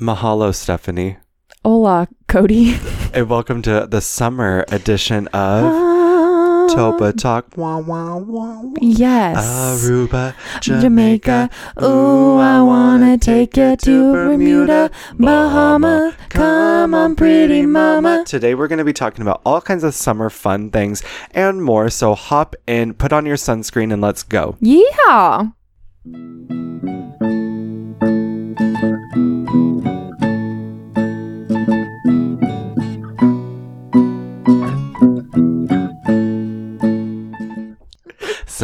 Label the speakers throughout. Speaker 1: Mahalo, Stephanie,
Speaker 2: Hola, Cody.
Speaker 1: and welcome to the summer edition of
Speaker 2: Ah,
Speaker 1: Toba Talk. Wah, wah, wah, wah.
Speaker 2: Yes.
Speaker 1: Ah, Aruba,
Speaker 2: Jamaica.
Speaker 1: Jamaica.
Speaker 2: Ooh, I wanna take you to Bermuda, Bahama. Come on, pretty mama.
Speaker 1: Today we're going to be talking about all kinds of summer fun things and more. So hop in, put on your sunscreen, and let's go.
Speaker 2: Yeah.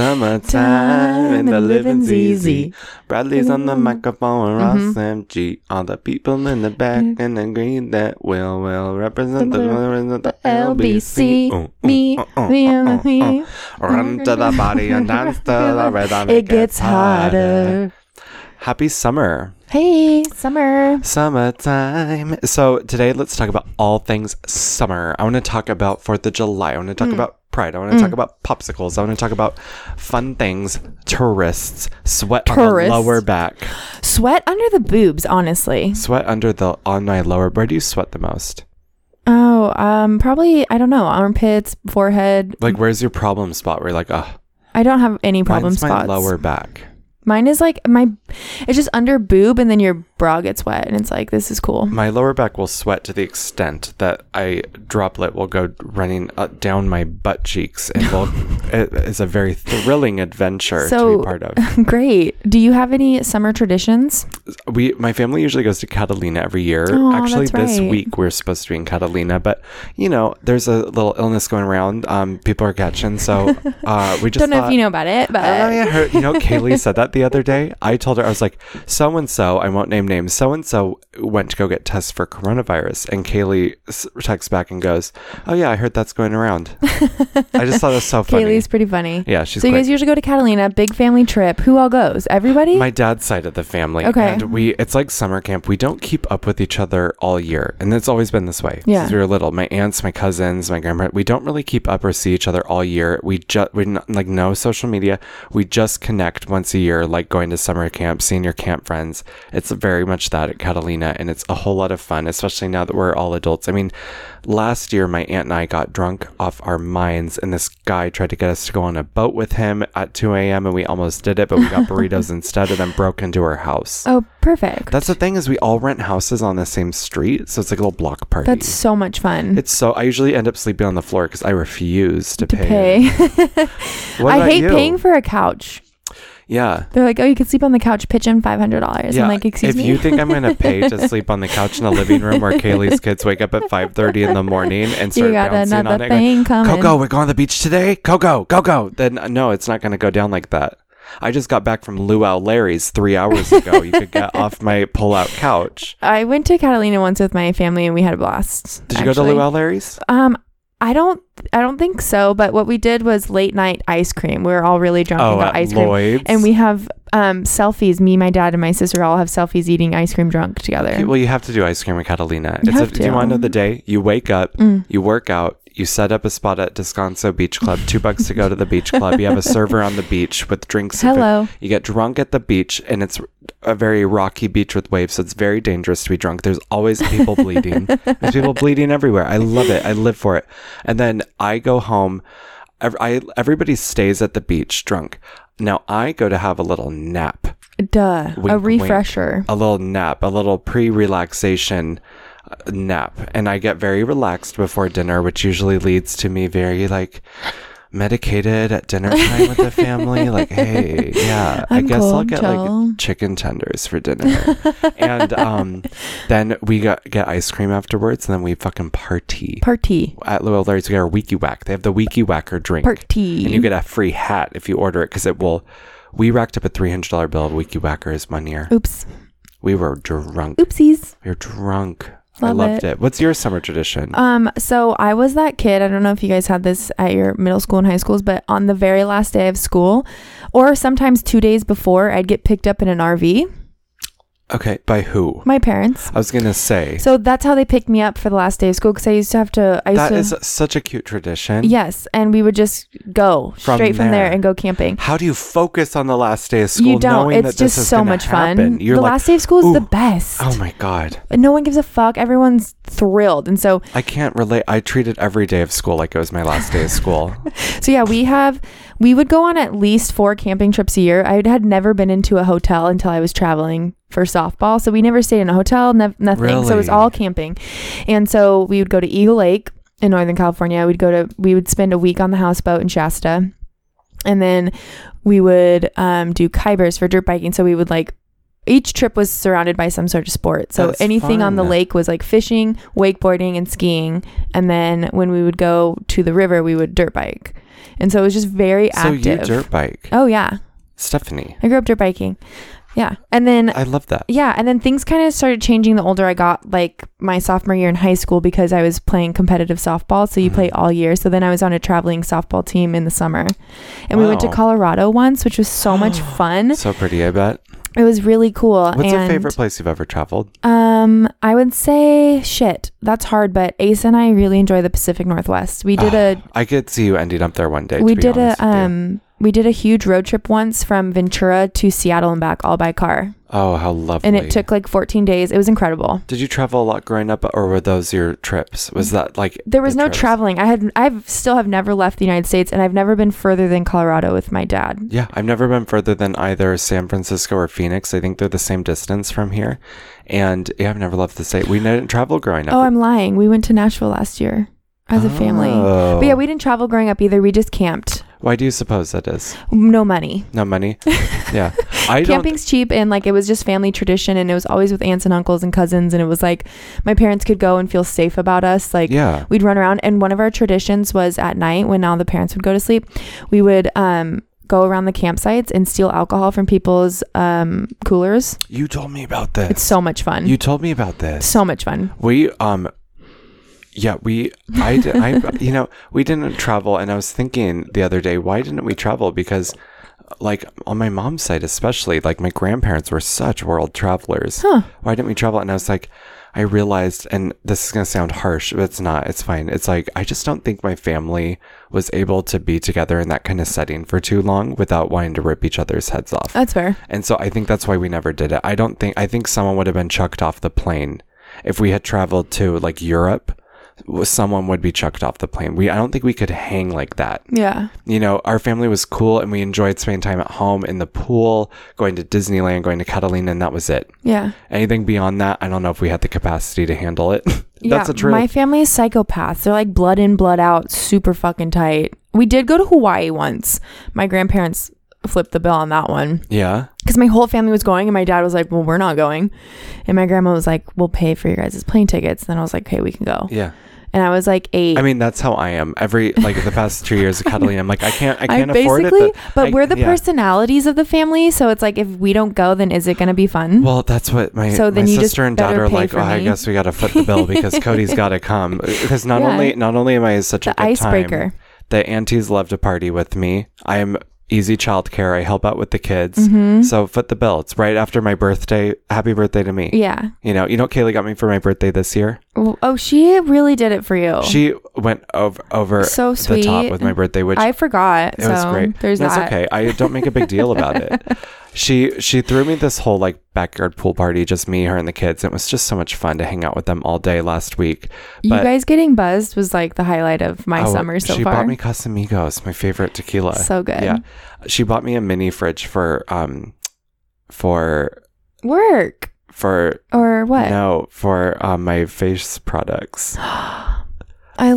Speaker 1: Summertime and the living's easy. Bradley's on the
Speaker 2: Mm.
Speaker 1: microphone and
Speaker 2: Mhm.
Speaker 1: Ross MG. All the people in the back
Speaker 2: Mm.
Speaker 1: and the green that will will represent the,
Speaker 2: The-
Speaker 1: represent the
Speaker 2: The LBC.
Speaker 1: Ooh, ooh,
Speaker 2: Me,
Speaker 1: uh, uh,
Speaker 2: me,
Speaker 1: uh, uh, uh.
Speaker 2: me.
Speaker 1: Run to the body and dance to the rhythm.
Speaker 2: mm, It gets hotter.
Speaker 1: Happy summer.
Speaker 2: Hey, summer.
Speaker 1: Summertime. So today let's talk about all things summer. I want to talk about 4th of July. I want to
Speaker 2: Mm.
Speaker 1: talk about Pride. I want to talk about popsicles. I want to talk about fun things. Tourists. Sweat
Speaker 2: Tourists.
Speaker 1: on the lower back.
Speaker 2: Sweat under the boobs, honestly.
Speaker 1: Sweat under the on my lower. Where do you sweat the most?
Speaker 2: Oh, um, probably I don't know armpits, forehead.
Speaker 1: Like where's your problem spot? Where you're like, oh,
Speaker 2: I don't have any problem
Speaker 1: mine's
Speaker 2: spots.
Speaker 1: my lower back.
Speaker 2: Mine is like my, it's just under boob, and then your bra gets wet, and it's like this is cool.
Speaker 1: My lower back will sweat to the extent that I droplet will go running up down my butt cheeks, and will it is a very thrilling adventure to
Speaker 2: So-
Speaker 1: be part of.
Speaker 2: Great. Do you have any summer traditions?
Speaker 1: We my family usually goes to Catalina every year.
Speaker 2: Oh,
Speaker 1: Actually,
Speaker 2: that's
Speaker 1: this
Speaker 2: right.
Speaker 1: week we're supposed to be in Catalina, but you know, there's a little illness going around. Um, people are catching, so uh, we just
Speaker 2: don't know
Speaker 1: thought-
Speaker 2: if you know about it, but
Speaker 1: I don't know. if you heard, you know, Kaylee said that the other day. I told her I was like, so and so. I won't name names. So and so went to go get tests for coronavirus, and Kaylee s- texts back and goes, "Oh yeah, I heard that's going around." I just thought it was so funny.
Speaker 2: Kaylee's pretty funny.
Speaker 1: yeah, she's
Speaker 2: so you
Speaker 1: quick.
Speaker 2: guys usually go to Catalina, big family trip. Who all goes? Everybody?
Speaker 1: my dad's side of the family.
Speaker 2: Okay.
Speaker 1: And we it's like summer camp. We don't keep up with each other all year. And it's always been this way.
Speaker 2: Yeah.
Speaker 1: Since we were little. My aunts, my cousins, my grandparents, we don't really keep up or see each other all year. We just we not, like no social media. We just connect once a year, like going to summer camp, seeing your camp friends. It's very much that at Catalina and it's a whole lot of fun, especially now that we're all adults. I mean, last year my aunt and I got drunk off our minds and this guy tried to get us to go on a boat with him at 2 a.m. and we almost did it, but we got burritos instead and then broke into her house.
Speaker 2: oh, perfect.
Speaker 1: That's the thing is we all rent houses on the same street, so it's like a little block party.
Speaker 2: That's so much fun
Speaker 1: it's so I usually end up sleeping on the floor because I refuse to,
Speaker 2: to pay.
Speaker 1: What
Speaker 2: I
Speaker 1: about
Speaker 2: hate
Speaker 1: you?
Speaker 2: paying for a couch.
Speaker 1: Yeah.
Speaker 2: They're like, oh, you could sleep on the couch, pitch in five hundred dollars. I'm like, excuse
Speaker 1: if
Speaker 2: me.
Speaker 1: you think I'm gonna pay to sleep on the couch in the living room where Kaylee's kids wake up at 5:30 in the morning and
Speaker 2: you
Speaker 1: start
Speaker 2: got
Speaker 1: bouncing
Speaker 2: another
Speaker 1: on it, going,
Speaker 2: thing coming.
Speaker 1: Coco, we're going to the beach today. Coco, go go. Then uh, no, it's not going to go down like that. I just got back from Luau Larry's three hours ago. you could get off my pull-out couch.
Speaker 2: I went to Catalina once with my family and we had a blast.
Speaker 1: Did you go to
Speaker 2: actually.
Speaker 1: Luau Larry's?
Speaker 2: Um, I don't, I don't think so. But what we did was late night ice cream. We were all really drunk and got
Speaker 1: Oh, at
Speaker 2: ice cream,
Speaker 1: Lloyd's.
Speaker 2: and we have um selfies. Me, my dad, and my sister all have selfies eating ice cream drunk together.
Speaker 1: Okay, well, you have to do ice cream with Catalina.
Speaker 2: You
Speaker 1: it's
Speaker 2: have
Speaker 1: a, Do you
Speaker 2: to.
Speaker 1: want to know the day? You wake up,
Speaker 2: Mm.
Speaker 1: you work out, you set up a spot at Descanso Beach Club. Two bucks to go to the beach club. You have a server on the beach with drinks. and food.
Speaker 2: Hello.
Speaker 1: You get drunk at the beach, and it's a very rocky beach with waves, so it's very dangerous to be drunk. There's always people bleeding. There's people bleeding everywhere. I love it. I live for it. And then I go home. Ev- I, everybody stays at the beach drunk. Now I go to have a little nap,
Speaker 2: Duh.
Speaker 1: Wink,
Speaker 2: a
Speaker 1: wink.
Speaker 2: refresher.
Speaker 1: a little nap, a little pre relaxation nap. And I get very relaxed before dinner, which usually leads to me very like medicated at dinner time with the family. Like, hey, yeah, i
Speaker 2: I'm
Speaker 1: guess I'll
Speaker 2: cold,
Speaker 1: get
Speaker 2: Joel.
Speaker 1: like chicken tenders for dinner. and um, then we got, get ice cream afterwards, and then we fucking party.
Speaker 2: Party.
Speaker 1: at Lowell Larry's, we got our Wiki Whack. They have the Wiki Whacker drink.
Speaker 2: Party.
Speaker 1: And you get a free hat if you order it because it will. We racked up a $300 bill of Wiki Whackers one year.
Speaker 2: Oops.
Speaker 1: We were drunk.
Speaker 2: Oopsies.
Speaker 1: You're drunk. I
Speaker 2: Love
Speaker 1: loved it. What's your summer tradition?
Speaker 2: Um, so I was that kid. I don't know if you guys had this at your middle school and high schools, but on the very last day of school, or sometimes two days before, I'd get picked up in an RV
Speaker 1: Okay, by who?
Speaker 2: My parents.
Speaker 1: I was gonna say
Speaker 2: So that's how they picked me up for the last day of school because I used to have to. I used
Speaker 1: that
Speaker 2: to,
Speaker 1: is such a cute tradition.
Speaker 2: Yes, and we would just go
Speaker 1: From
Speaker 2: straight from there
Speaker 1: there.
Speaker 2: and go camping.
Speaker 1: How do you focus on the last day of school?
Speaker 2: you don't.
Speaker 1: Knowing
Speaker 2: It's
Speaker 1: that this
Speaker 2: just
Speaker 1: is
Speaker 2: so
Speaker 1: gonna
Speaker 2: much
Speaker 1: happen?
Speaker 2: fun.
Speaker 1: You're
Speaker 2: the
Speaker 1: like,
Speaker 2: last day of school is the
Speaker 1: "Ooh,
Speaker 2: best.
Speaker 1: Oh my god.
Speaker 2: no one gives a fuck. Everyone's thrilled, and so
Speaker 1: I can't relate. I treated every day of school like it was my last day of school.
Speaker 2: so yeah. We have we would go on at least four camping trips a year. I had never been into a hotel until I was traveling for softball, so we never stayed in a hotel, nev- nothing. So it was
Speaker 1: Really?
Speaker 2: all camping, and so we would go to Eagle Lake in Northern California. We'd go to we would spend a week on the houseboat in Shasta, and then we would um, do Kybers for dirt biking. So we would like each trip was surrounded by some sort of sport. So
Speaker 1: That's
Speaker 2: anything on the
Speaker 1: fun.
Speaker 2: lake was like fishing, wakeboarding, and skiing. And then when we would go to the river, we would dirt bike. And so it was just very
Speaker 1: so you
Speaker 2: active.
Speaker 1: dirt bike,
Speaker 2: oh yeah,
Speaker 1: Stephanie.
Speaker 2: I grew up dirt biking. Yeah, and then
Speaker 1: I love that.
Speaker 2: yeah, and then things kind of started changing the older I got, like my sophomore year in high school, because I was playing competitive softball. So you
Speaker 1: Mm-hmm.
Speaker 2: play all year. So then I was on a traveling softball team in the summer. And we went to
Speaker 1: Wow.
Speaker 2: Colorado once, which was so much fun.
Speaker 1: So pretty, I bet.
Speaker 2: It was really cool.
Speaker 1: What's your
Speaker 2: and,
Speaker 1: favorite place you've ever traveled?
Speaker 2: Um, I would say shit. That's hard, but Ace and I really enjoy the Pacific Northwest. We did a
Speaker 1: I could see you ending up there one day.
Speaker 2: we
Speaker 1: to be
Speaker 2: did a
Speaker 1: honest with you.
Speaker 2: um we did a huge road trip once from Ventura to Seattle and back all by car.
Speaker 1: Oh, how lovely!
Speaker 2: And it took like 14 days. It was incredible.
Speaker 1: Did you travel a lot growing up, or were those your trips? Was that like
Speaker 2: There was
Speaker 1: the
Speaker 2: no
Speaker 1: trips?
Speaker 2: traveling. I had I've still have never left the United States and I've never been further than Colorado with my dad.
Speaker 1: Yeah, I've never been further than either San Francisco or Phoenix. I think they're the same distance from here, and yeah, I've never left the state. We didn't travel growing up.
Speaker 2: Oh, I'm lying. We went to Nashville last year as a family. But yeah,
Speaker 1: Oh.
Speaker 2: we didn't travel growing up either. We just camped.
Speaker 1: Why do you suppose that is?
Speaker 2: No money.
Speaker 1: No money. yeah, I don't.
Speaker 2: camping's cheap and like it was just family tradition and it was always with aunts and uncles and cousins and it was like my parents could go and feel safe about us like
Speaker 1: yeah.
Speaker 2: we'd run around and one of our traditions was at night when all the parents would go to sleep we would um go around the campsites and steal alcohol from people's um coolers
Speaker 1: You told me about this.
Speaker 2: it's so much fun
Speaker 1: you told me about this.
Speaker 2: so much fun
Speaker 1: We um yeah, we I, di- I you know, we didn't travel and I was thinking the other day, why didn't we travel because like on my mom's side especially, like my grandparents were such world travelers.
Speaker 2: Huh.
Speaker 1: Why didn't we travel? And I was like I realized and this is going to sound harsh, but it's not. It's fine. It's like I just don't think my family was able to be together in that kind of setting for too long without wanting to rip each other's heads off.
Speaker 2: that's fair
Speaker 1: And so I think that's why we never did it. I don't think I think someone would have been chucked off the plane if we had traveled to like Europe. w- Someone would be chucked off the plane. We I don't think we could hang like that.
Speaker 2: yeah
Speaker 1: You know, our family was cool and we enjoyed spending time at home in the pool, going to Disneyland, going to Catalina, and that was it.
Speaker 2: yeah
Speaker 1: Anything beyond that, I don't know if we had the capacity to handle it. that's
Speaker 2: yeah,
Speaker 1: a true.
Speaker 2: My family is psychopaths. They're like blood in, blood out, super fucking tight. We did go to Hawaii once. My grandparents flipped the bill on that one
Speaker 1: yeah.
Speaker 2: because my whole family was going, and my dad was like, "Well, we're not going," and my grandma was like, "We'll pay for your guys' plane tickets." And then I was like, "Okay, we can go."
Speaker 1: Yeah.
Speaker 2: And I was like eight.
Speaker 1: I mean, that's how I am. Every like the past two years of Catalina, I'm like, I can't I can't afford it.
Speaker 2: basically, but
Speaker 1: I-
Speaker 2: we're the
Speaker 1: yeah.
Speaker 2: personalities of the family, so it's like if we don't go, then is it going to be fun?
Speaker 1: Well, that's what my,
Speaker 2: Mm-hmm. So then
Speaker 1: my
Speaker 2: you just
Speaker 1: sister and
Speaker 2: better
Speaker 1: daughter are
Speaker 2: pay
Speaker 1: like.
Speaker 2: for
Speaker 1: Oh, I
Speaker 2: me."
Speaker 1: guess we got to foot the bill because Cody's got to come. Because not
Speaker 2: Yeah.
Speaker 1: only not only am I such a
Speaker 2: the
Speaker 1: good
Speaker 2: icebreaker.
Speaker 1: time, the aunties love to party with me. I am easy childcare. I help out with the kids.
Speaker 2: Mm-hmm.
Speaker 1: So foot the bill. It's right after my birthday. Happy birthday to me.
Speaker 2: Yeah.
Speaker 1: You know, you know, what Kaylee got me for my birthday this year.
Speaker 2: Well, Oh, she really did it for you.
Speaker 1: She went over over
Speaker 2: Oh. So
Speaker 1: the top
Speaker 2: sweet.
Speaker 1: with my birthday, which
Speaker 2: I forgot.
Speaker 1: it
Speaker 2: so
Speaker 1: was great.
Speaker 2: there's
Speaker 1: That's
Speaker 2: that.
Speaker 1: okay. I don't make a big deal about it. She she threw me this whole like backyard pool party, just me, her, and the kids. It was just so much fun to hang out with them all day last week.
Speaker 2: You
Speaker 1: But-
Speaker 2: guys getting buzzed was like the highlight of my
Speaker 1: Oh,
Speaker 2: summer so
Speaker 1: she
Speaker 2: far.
Speaker 1: bought me Casamigos, my favorite tequila.
Speaker 2: So good.
Speaker 1: Yeah, she bought me a mini fridge for um for
Speaker 2: Work
Speaker 1: for
Speaker 2: or what?
Speaker 1: no for um, my face products
Speaker 2: I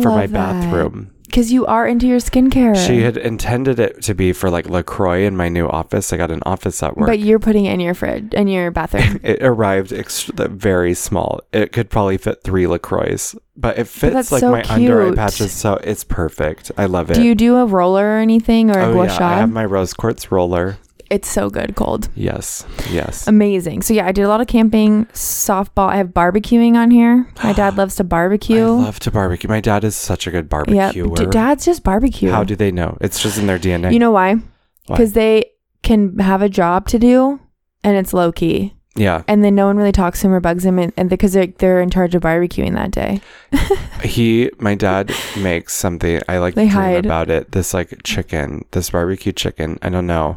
Speaker 1: for
Speaker 2: love
Speaker 1: my bathroom.
Speaker 2: because you are into your skincare.
Speaker 1: She had intended it to be for like Lacroix in my new office. I got an office at work.
Speaker 2: but you're putting it in your fridge in your bathroom.
Speaker 1: It arrived ex- the- very small. It could probably fit three Lacroix, but it fits
Speaker 2: that's
Speaker 1: like
Speaker 2: so
Speaker 1: my under eye
Speaker 2: cute.
Speaker 1: patches, so it's perfect. I love it.
Speaker 2: Do you do a roller or anything or a
Speaker 1: oh
Speaker 2: gua
Speaker 1: yeah,
Speaker 2: sha?
Speaker 1: I have my rose quartz roller.
Speaker 2: it's so good cold.
Speaker 1: Yes, yes.
Speaker 2: Amazing. So yeah, I did a lot of camping, softball. I have barbecuing on here. My dad loves to barbecue.
Speaker 1: I love to barbecue. My dad is such a good
Speaker 2: yeah,
Speaker 1: barbecuer.
Speaker 2: d- dad's just barbecue.
Speaker 1: How do they know? It's just in their DNA.
Speaker 2: you know why?
Speaker 1: Why?
Speaker 2: Because they can have a job to do, and it's low key.
Speaker 1: Yeah.
Speaker 2: and then no one really talks to him or bugs him, and, and because they're, they're in charge of barbecuing that day.
Speaker 1: He, my dad, makes something. I like
Speaker 2: They
Speaker 1: dream
Speaker 2: hide.
Speaker 1: about it. This like chicken, this barbecue chicken. I don't know.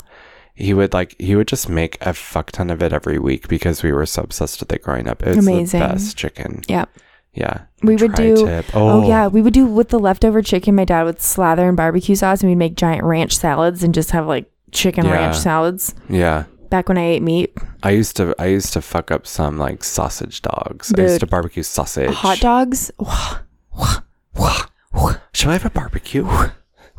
Speaker 1: He would like he would just make a fuck ton of it every week because we were so obsessed with it growing up. It's
Speaker 2: Amazing.
Speaker 1: the best chicken.
Speaker 2: Yep.
Speaker 1: Yeah.
Speaker 2: We would do-
Speaker 1: tri-tip.
Speaker 2: Oh. yeah, we would do with the leftover chicken. My dad would slather in barbecue sauce, and we'd make giant ranch salads and just have like chicken
Speaker 1: Yeah.
Speaker 2: ranch salads.
Speaker 1: Yeah.
Speaker 2: Back when I ate meat,
Speaker 1: I used to I used to fuck up some like sausage dogs. I
Speaker 2: Dude.
Speaker 1: used to barbecue sausage.
Speaker 2: hot dogs.
Speaker 1: Shall we have a barbecue?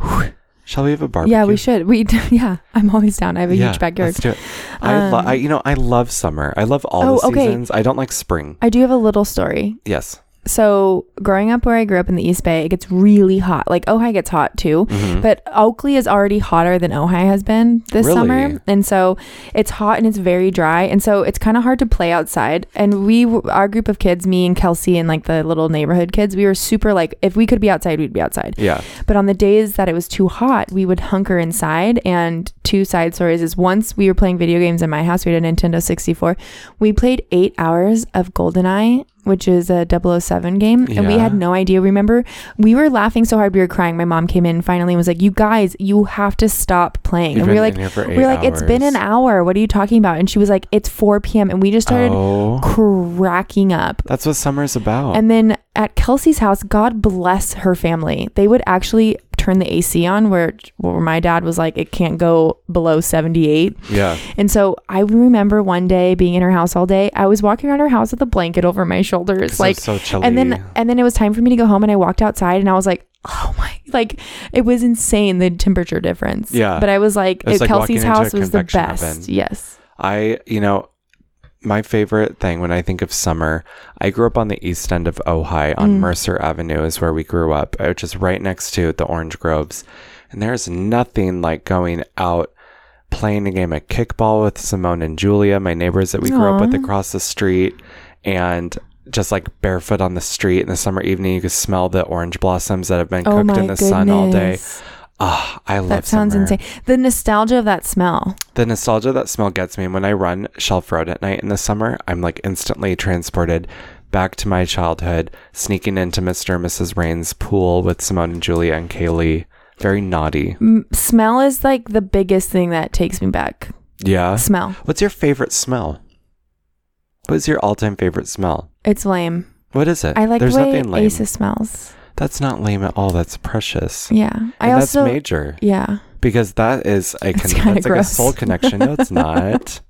Speaker 1: Shall we have a barbecue?
Speaker 2: Yeah, we should. We yeah, I'm always down. I have a
Speaker 1: Yeah,
Speaker 2: huge backyard.
Speaker 1: Let's do it. I, lo-
Speaker 2: Um,
Speaker 1: I you know I love summer. I love all
Speaker 2: Oh,
Speaker 1: the
Speaker 2: okay.
Speaker 1: seasons. I don't like spring.
Speaker 2: I do have a little story.
Speaker 1: Yes.
Speaker 2: So, growing up where I grew up in the East Bay, it gets really hot. Like Ojai gets hot too.
Speaker 1: Mhm.
Speaker 2: But Oakley is already hotter than Ojai has been this
Speaker 1: Really?
Speaker 2: summer. And so it's hot and it's very dry. And so it's kind of hard to play outside. And we, w- our group of kids, me and Kelsey and like the little neighborhood kids, we were super like, if we could be outside, we'd be outside.
Speaker 1: Yeah.
Speaker 2: But on the days that it was too hot, we would hunker inside. And two side stories is once we were playing video games in my house, we had a Nintendo 64. We played eight hours of GoldenEye, which is a 007 game. And we
Speaker 1: Yeah.
Speaker 2: had no idea. Remember, we were laughing so hard, we were crying. My mom came in finally and was like, You guys, you have to stop playing.
Speaker 1: You've
Speaker 2: and we were
Speaker 1: been
Speaker 2: like,
Speaker 1: in here for
Speaker 2: we
Speaker 1: eight
Speaker 2: were like, It's been
Speaker 1: hours.
Speaker 2: an hour. What are you talking about? And she was like, It's 4 p.m. And we just started
Speaker 1: Oh,
Speaker 2: cracking up.
Speaker 1: that's what summer's about.
Speaker 2: And then at Kelsey's house, God bless her family. They would actually turn the AC on where, where my dad was like, it can't go below 78.
Speaker 1: yeah.
Speaker 2: And so I remember one day being in her house all day. I was walking around her house with a blanket over my shoulders.
Speaker 1: It's
Speaker 2: like,
Speaker 1: so chilly.
Speaker 2: and then, and then it was time for me to go home and I walked outside and I was like, oh my, like it was insane the temperature difference.
Speaker 1: Yeah.
Speaker 2: But I was like,
Speaker 1: It's like
Speaker 2: at
Speaker 1: walking
Speaker 2: Kelsey's
Speaker 1: into a
Speaker 2: house was the
Speaker 1: convection
Speaker 2: best.
Speaker 1: oven.
Speaker 2: Yes.
Speaker 1: I, you know, my favorite thing when I think of summer, I grew up on the east end of Ojai on
Speaker 2: Mm.
Speaker 1: Mercer Avenue, is where we grew up, which is right next to the orange groves. And there's nothing like going out, playing a game of kickball with Simone and Julia, my neighbors that we grew up with across the street, and just like barefoot on the street in the summer evening, you could smell the orange blossoms that have been
Speaker 2: Oh
Speaker 1: cooked
Speaker 2: my
Speaker 1: in the
Speaker 2: goodness.
Speaker 1: sun all day. Ah, I love
Speaker 2: That sounds
Speaker 1: summer
Speaker 2: insane. The nostalgia of that smell.
Speaker 1: the nostalgia that smell gets me and when i run shelf road at night in the summer i'm like instantly transported back to my childhood sneaking into mr and mrs rain's pool with simone and julia and kaylee very naughty
Speaker 2: M- smell is like the biggest thing that takes me back.
Speaker 1: yeah
Speaker 2: Smell.
Speaker 1: what's your favorite smell what's your all-time favorite smell
Speaker 2: It's lame.
Speaker 1: what is it
Speaker 2: I like
Speaker 1: there's
Speaker 2: the way
Speaker 1: nothing lame
Speaker 2: Aces smells.
Speaker 1: that's not lame at all that's precious
Speaker 2: Yeah. I
Speaker 1: and
Speaker 2: also.
Speaker 1: that's major
Speaker 2: yeah.
Speaker 1: because that is a con-
Speaker 2: That's
Speaker 1: that's,
Speaker 2: kinda
Speaker 1: like a
Speaker 2: gross.
Speaker 1: soul connection no it's not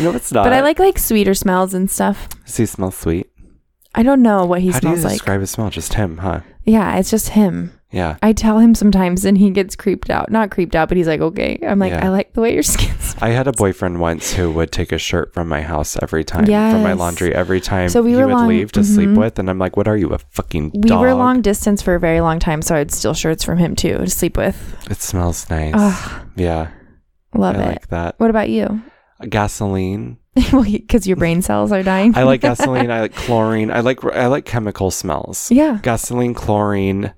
Speaker 1: no it's not
Speaker 2: but I like like sweeter smells and stuff.
Speaker 1: does he smell sweet
Speaker 2: I don't know what he
Speaker 1: how do you
Speaker 2: smells like.
Speaker 1: describe his smell just him huh
Speaker 2: yeah, it's just him.
Speaker 1: yeah
Speaker 2: I tell him sometimes and he gets creeped out. Not creeped out, but he's like, okay. I'm like,
Speaker 1: Yeah.
Speaker 2: I like the way your skin smells.
Speaker 1: I had a boyfriend once who would take a shirt from my house every time, from my
Speaker 2: Yes.
Speaker 1: laundry every time
Speaker 2: So we
Speaker 1: he
Speaker 2: were
Speaker 1: would
Speaker 2: long-
Speaker 1: leave to sleep
Speaker 2: mhm.
Speaker 1: with. And I'm like, what are you, a fucking
Speaker 2: We
Speaker 1: dog?
Speaker 2: were long distance for a very long time, so I'd steal shirts from him too to sleep with.
Speaker 1: It smells nice.
Speaker 2: Ugh,
Speaker 1: yeah.
Speaker 2: love
Speaker 1: I
Speaker 2: it.
Speaker 1: like that.
Speaker 2: What about you?
Speaker 1: Gasoline.
Speaker 2: well, because your brain cells are dying.
Speaker 1: I like gasoline. I like chlorine. I like I like chemical smells.
Speaker 2: yeah.
Speaker 1: Gasoline, chlorine.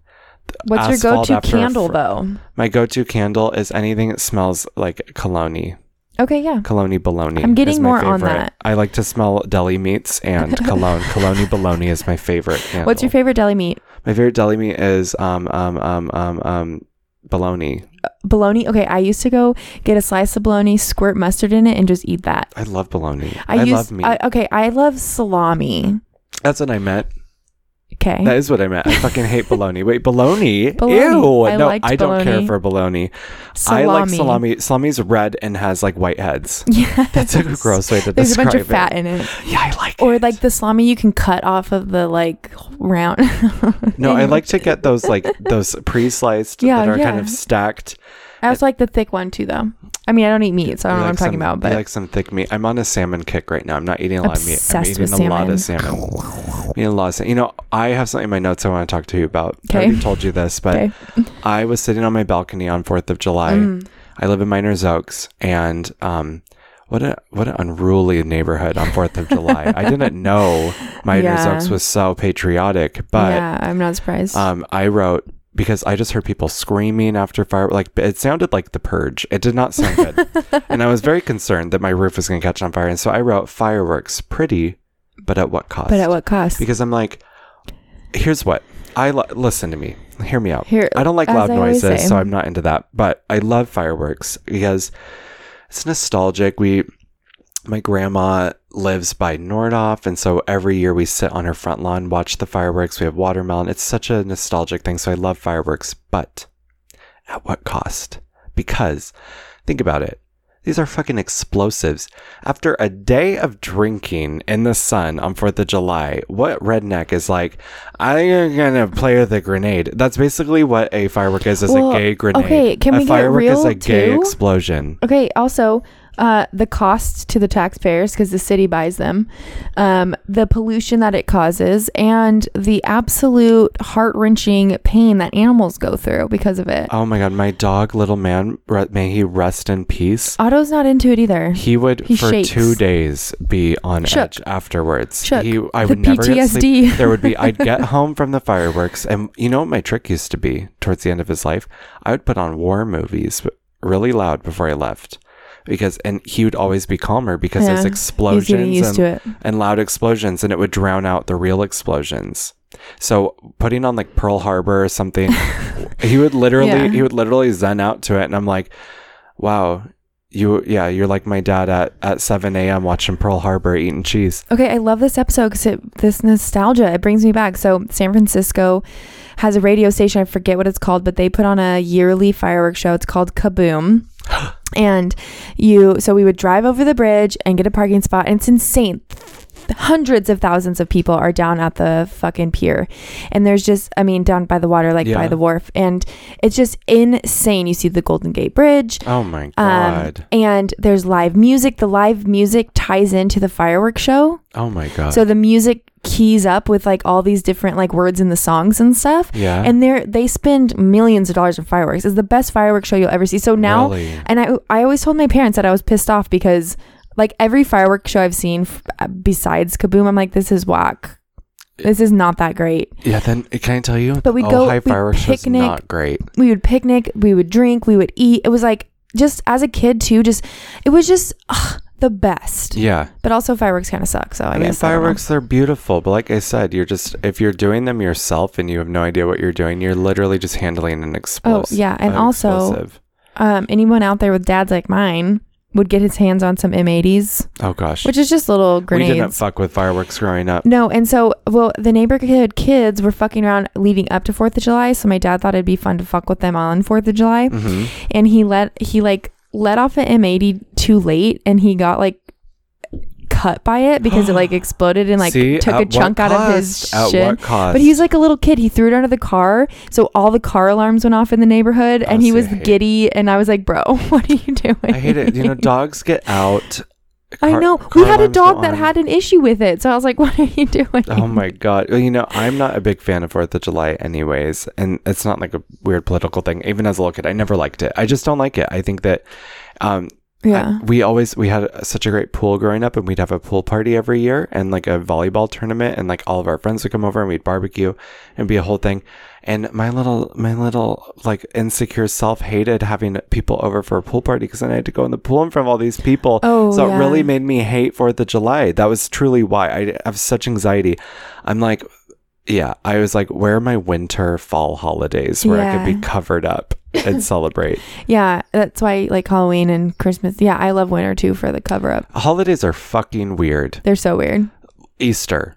Speaker 2: What's your
Speaker 1: asphalt
Speaker 2: go-to
Speaker 1: after a
Speaker 2: candle
Speaker 1: fr-
Speaker 2: though?
Speaker 1: My go-to candle is anything that smells like cologne.
Speaker 2: Okay, yeah.
Speaker 1: Cologne bologna.
Speaker 2: I'm getting
Speaker 1: is my
Speaker 2: more on
Speaker 1: favorite.
Speaker 2: that.
Speaker 1: I like to smell deli meats and cologne. cologne bologna is my favorite. Candle.
Speaker 2: What's your favorite deli meat?
Speaker 1: My favorite deli meat is um um um um um bologna.
Speaker 2: Bologna. Okay, I used to go get a slice of bologna, squirt mustard in it, and just eat that.
Speaker 1: I love bologna. I,
Speaker 2: I, used,
Speaker 1: love meat.
Speaker 2: I- okay, I love salami.
Speaker 1: That's what I meant.
Speaker 2: Okay.
Speaker 1: That is what I meant. I fucking hate bologna. Wait, bologna?
Speaker 2: Bologna.
Speaker 1: Ew.
Speaker 2: I
Speaker 1: no,
Speaker 2: liked
Speaker 1: I don't care
Speaker 2: bologna.
Speaker 1: for bologna.
Speaker 2: salami.
Speaker 1: I like salami. Salami's red and has like white heads.
Speaker 2: Yeah.
Speaker 1: That's a gross way to
Speaker 2: There's a
Speaker 1: describe
Speaker 2: bunch of
Speaker 1: it.
Speaker 2: fat in it.
Speaker 1: Yeah, I like
Speaker 2: Or
Speaker 1: it.
Speaker 2: like the salami you can cut off of the like round.
Speaker 1: No, I
Speaker 2: Anyway.
Speaker 1: like to get those like those pre-sliced
Speaker 2: Yeah,
Speaker 1: that are kind
Speaker 2: yeah.
Speaker 1: of stacked.
Speaker 2: I also like the thick one too, though. I mean, I don't eat meat, so I don't know
Speaker 1: like
Speaker 2: what I'm talking
Speaker 1: some-
Speaker 2: about.
Speaker 1: I
Speaker 2: But
Speaker 1: like some thick meat. I'm on a salmon kick right now. I'm not eating a lot of meat. I'm
Speaker 2: Obsessed
Speaker 1: eating a
Speaker 2: with
Speaker 1: lot of salmon. I'm eating a lot of salmon. You know, I have something in my notes I want to talk to you about. I
Speaker 2: Okay.
Speaker 1: already told you this, but
Speaker 2: Okay. Mm.
Speaker 1: I was sitting on my balcony on Fourth of July. I live in Miners Oaks, and um, what a what an unruly neighborhood on Fourth of July. I didn't know Miners
Speaker 2: Yeah.
Speaker 1: Oaks was so patriotic, but
Speaker 2: yeah, I'm not surprised.
Speaker 1: um, I wrote because I just heard people screaming after fire. Like it sounded like the purge. It did not sound good, and I was very concerned that my roof was going to catch on fire. And so I wrote fireworks, pretty, but at what cost?
Speaker 2: But at what cost?
Speaker 1: Because I'm like, here's what I lo- listen to me. Hear me out.
Speaker 2: Here-
Speaker 1: I don't like
Speaker 2: as
Speaker 1: loud
Speaker 2: I always
Speaker 1: noises,
Speaker 2: say.
Speaker 1: so I'm not into that. But I love fireworks because it's nostalgic. We, my grandma lives by Nordoff, and so every year we sit on her front lawn, watch the fireworks. We have watermelon. It's such a nostalgic thing. So I love fireworks, but at what cost? Because think about it. These are fucking explosives. After a day of drinking in the sun on 4th of July, what redneck is like, I'm gonna play with a grenade? That's basically what a firework is, is
Speaker 2: Well,
Speaker 1: a gay grenade.
Speaker 2: okay, can
Speaker 1: a
Speaker 2: we get
Speaker 1: firework is
Speaker 2: real,
Speaker 1: a gay
Speaker 2: too?
Speaker 1: explosion.
Speaker 2: Okay. Also, uh, the cost to the taxpayers because the city buys them, um, the pollution that it causes, and the absolute heart wrenching pain that animals go through because of it.
Speaker 1: Oh my god, my dog, little man, re- may he rest in peace.
Speaker 2: Otto's not into it either.
Speaker 1: He would
Speaker 2: He
Speaker 1: for
Speaker 2: shakes.
Speaker 1: two days be on
Speaker 2: Shook.
Speaker 1: edge afterwards.
Speaker 2: Shook.
Speaker 1: He, I
Speaker 2: The
Speaker 1: would never get
Speaker 2: PTSD.
Speaker 1: sleep. There would be. I'd get home from the fireworks, and you know what my trick used to be towards the end of his life. I would put on war movies really loud before I left, because and he would always be calmer because
Speaker 2: Yeah,
Speaker 1: there's explosions
Speaker 2: He's getting used
Speaker 1: and
Speaker 2: to it.
Speaker 1: and loud explosions and it would drown out the real explosions. So putting on like Pearl Harbor or something, he would literally
Speaker 2: Yeah.
Speaker 1: he would literally zen out to it and I'm like, Wow, you yeah, you're like my dad at, at seven AM watching Pearl Harbor eating cheese.
Speaker 2: Okay, I love this episode because it this nostalgia it brings me back. So San Francisco has a radio station. I forget what it's called, but they put on a yearly fireworks show. It's called Kaboom. And you, so we would drive over the bridge and get a parking spot, and it's insane. Hundreds of thousands of people are down at the fucking pier, and there's just, I mean, down by the water, like by
Speaker 1: Yeah.
Speaker 2: the wharf, and it's just insane. You see the Golden Gate Bridge,
Speaker 1: Oh my
Speaker 2: um,
Speaker 1: god.
Speaker 2: and there's live music. The live music ties into the fireworks show.
Speaker 1: oh my god.
Speaker 2: So the music keys up with like all these different like words in the songs and stuff.
Speaker 1: yeah.
Speaker 2: And they are they spend millions of dollars on fireworks. It's the best fireworks show you'll ever see. So now
Speaker 1: Really?
Speaker 2: and I I always told my parents that I was pissed off because like every fireworks show I've seen f- uh, besides Kaboom I'm like this is whack. This is not that great.
Speaker 1: yeah, then can I tell you?
Speaker 2: But we'd go-
Speaker 1: Ohio
Speaker 2: we'd
Speaker 1: fireworks was
Speaker 2: picnic.
Speaker 1: not great.
Speaker 2: We would picnic, we would drink, we would eat. It was like just as a kid too, just it was just ugh, the best.
Speaker 1: Yeah.
Speaker 2: But also fireworks kind of suck. So
Speaker 1: I
Speaker 2: I,
Speaker 1: mean,
Speaker 2: guess I don't know.
Speaker 1: fireworks, they're beautiful, but like I said, you're just, if you're doing them yourself and you have no idea what you're doing, you're literally just handling an explosive.
Speaker 2: Oh, yeah, and also- um, anyone out there with dads like mine would get his hands on some M80s,
Speaker 1: Oh gosh.
Speaker 2: which is just little
Speaker 1: We didn't
Speaker 2: grenades.
Speaker 1: fuck with fireworks growing up.
Speaker 2: No, and so well, the neighborhood kids were fucking around leading up to Fourth of July, so my dad thought it'd be fun to fuck with them on Fourth of July,
Speaker 1: hmm
Speaker 2: and he let he like let off an M80 too late, and he got like cut by it because it like exploded and like
Speaker 1: See,
Speaker 2: took
Speaker 1: at
Speaker 2: a
Speaker 1: what
Speaker 2: chunk out of his
Speaker 1: cost? At
Speaker 2: shit.
Speaker 1: what cost?
Speaker 2: But he's like a little kid. He threw it under the car, so all the car alarms went off in the neighborhood,
Speaker 1: Oh,
Speaker 2: and he
Speaker 1: see,
Speaker 2: was
Speaker 1: I hate it.
Speaker 2: giddy. And I was like, "Bro, what are you doing?"
Speaker 1: I hate it. You know, dogs get out.
Speaker 2: I
Speaker 1: Car-
Speaker 2: know
Speaker 1: car
Speaker 2: we had a
Speaker 1: alarms go
Speaker 2: dog that
Speaker 1: on.
Speaker 2: had an issue with it, so I was like, "What are you doing?"
Speaker 1: Oh my god! Well, You know, I'm not a big fan of Fourth of July, anyways, and it's not like a weird political thing. Even as a little kid, I never liked it. I just don't like it. I think that um,
Speaker 2: yeah,
Speaker 1: I- we always we had such a great pool growing up, and we'd have a pool party every year, and like a volleyball tournament, and like all of our friends would come over, and we'd barbecue, and be a whole thing. And my little my little like insecure self hated having people over for a pool party because then I had to go in the pool in front of all these people.
Speaker 2: Oh,
Speaker 1: so
Speaker 2: yeah.
Speaker 1: it really made me hate Fourth of July. That was truly why I have such anxiety. I'm like. Yeah, I was like, where are my winter fall holidays where I could
Speaker 2: Yeah.
Speaker 1: be covered up and celebrate?
Speaker 2: yeah. That's why like Halloween and Christmas. Yeah, I love winter too for the cover up.
Speaker 1: Holidays are fucking weird.
Speaker 2: They're so weird.
Speaker 1: Easter.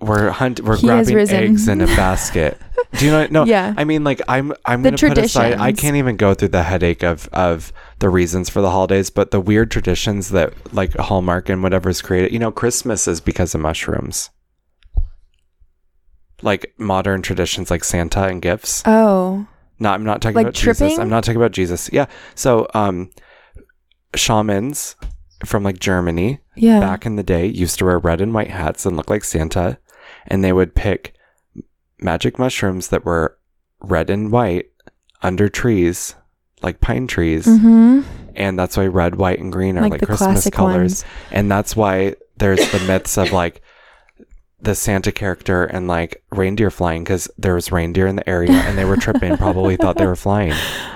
Speaker 1: We're hunt. We're
Speaker 2: He has
Speaker 1: grabbing
Speaker 2: risen.
Speaker 1: eggs in a basket. Do you know? No.
Speaker 2: Yeah.
Speaker 1: I mean, like, I'm. I'm
Speaker 2: The
Speaker 1: gonna put aside. I
Speaker 2: traditions.
Speaker 1: can't even go through the headache of of the reasons for the holidays, but the weird traditions that like Hallmark and whatever's created. You know, Christmas is because of mushrooms. Like modern traditions, like Santa and gifts.
Speaker 2: Oh,
Speaker 1: No, I'm not talking
Speaker 2: Like
Speaker 1: about Jesus.
Speaker 2: tripping?
Speaker 1: I'm not talking about Jesus. Yeah. So, um, shamans from like Germany
Speaker 2: yeah.
Speaker 1: back in the day used to wear red and white hats and look like Santa, and they would pick magic mushrooms that were red and white under trees, like pine trees,
Speaker 2: Mm-hmm.
Speaker 1: and that's why red, white, and green are like,
Speaker 2: Like the
Speaker 1: Christmas
Speaker 2: classic
Speaker 1: colors,
Speaker 2: ones.
Speaker 1: and that's why there's the myths of like the Santa character and like reindeer flying because there was reindeer in the area and they were tripping, probably thought they were flying.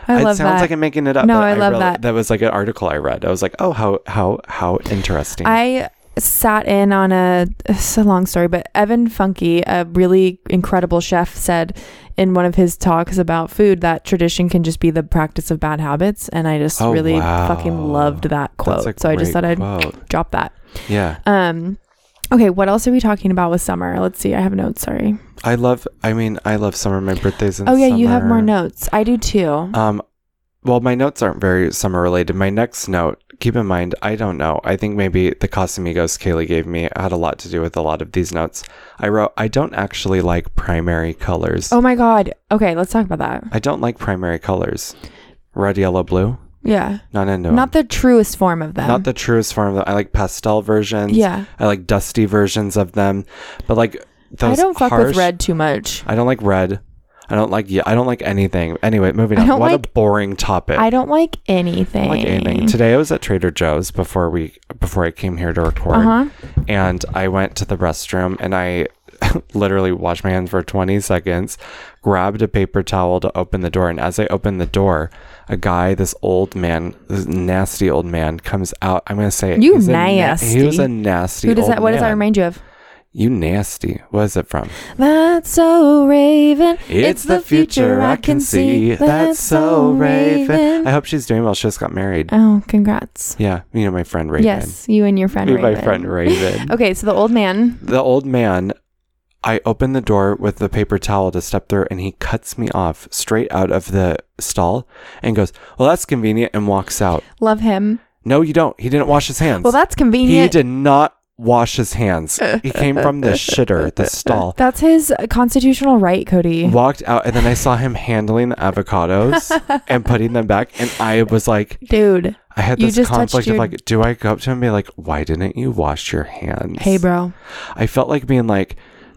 Speaker 2: I
Speaker 1: it
Speaker 2: love
Speaker 1: sounds
Speaker 2: that.
Speaker 1: like I'm making it up.
Speaker 2: No,
Speaker 1: but
Speaker 2: I love
Speaker 1: really-
Speaker 2: that.
Speaker 1: That was like an article I read. I was like, oh, how how how interesting.
Speaker 2: I sat in on a it's a long story, but Evan Funky, a really incredible chef, said in one of his talks about food that tradition can just be the practice of bad habits, and I just
Speaker 1: Oh,
Speaker 2: really
Speaker 1: wow.
Speaker 2: fucking loved that
Speaker 1: That's
Speaker 2: quote.
Speaker 1: a
Speaker 2: So I
Speaker 1: great
Speaker 2: just thought I'd
Speaker 1: quote.
Speaker 2: drop that.
Speaker 1: yeah.
Speaker 2: Um, okay, what else are we talking about with summer? Let's see. I have notes. Sorry.
Speaker 1: I love. I mean, I love summer. My birthday's in.
Speaker 2: Oh yeah, you have
Speaker 1: summer.
Speaker 2: more notes. I do too.
Speaker 1: Um, well, my notes aren't very summer related. My next note, keep in mind, I don't know. I think maybe the Casamigos Kaylee gave me had a lot to do with a lot of these notes. I wrote, I don't actually like primary colors.
Speaker 2: Oh my god. Okay, let's talk about that.
Speaker 1: I don't like primary colors. Red, yellow, blue.
Speaker 2: Yeah.
Speaker 1: Not into 'em.
Speaker 2: Not the truest form of them.
Speaker 1: Not the truest form. of them. I like pastel versions.
Speaker 2: Yeah.
Speaker 1: I like dusty versions of them. But like
Speaker 2: I
Speaker 1: those
Speaker 2: don't fuck with
Speaker 1: harsh-
Speaker 2: red too much.
Speaker 1: I don't like red. I don't like yeah. I don't like anything. Anyway, moving
Speaker 2: I
Speaker 1: on.
Speaker 2: don't
Speaker 1: What a
Speaker 2: like-
Speaker 1: boring topic.
Speaker 2: I don't like anything.
Speaker 1: like anything. Today I was at Trader Joe's before we before I came here to record,
Speaker 2: Uh-huh.
Speaker 1: and I went to the restroom and I literally washed my hands for 20 seconds, grabbed a paper towel to open the door, and as I opened the door, a guy, this old man, this nasty old man, comes out. I'm gonna say it.
Speaker 2: You
Speaker 1: He's a na-
Speaker 2: nasty.
Speaker 1: he was a nasty.
Speaker 2: Who does
Speaker 1: old
Speaker 2: that? What does that
Speaker 1: man.
Speaker 2: remind you of?
Speaker 1: You nasty. What is it from?
Speaker 2: That's so Raven.
Speaker 1: It's the future I can see. That's so Raven. Uh, I hope she's doing well. She just got married.
Speaker 2: Oh, congrats!
Speaker 1: Yeah, you know my friend Raven.
Speaker 2: Yes, you and your friend.
Speaker 1: Me and
Speaker 2: Raven.
Speaker 1: my friend Raven.
Speaker 2: Okay, so the old man.
Speaker 1: The old man, I open the door with the paper towel to step through, and he cuts me off straight out of the stall and goes, Well, that's convenient, and walks out.
Speaker 2: Love him.
Speaker 1: No, you don't. He didn't wash his hands.
Speaker 2: Well, that's
Speaker 1: he
Speaker 2: convenient.
Speaker 1: did not wash his hands. he came from the shitter, the stall.
Speaker 2: That's his constitutional right, Cody.
Speaker 1: Walked out, and then I saw him handling the avocados and putting them back. And I was like,
Speaker 2: Dude,
Speaker 1: I had
Speaker 2: You
Speaker 1: this
Speaker 2: just touched
Speaker 1: conflict of
Speaker 2: your-
Speaker 1: like, do I go up to him and be like, why didn't you wash your hands?
Speaker 2: hey, bro,
Speaker 1: I felt like being like,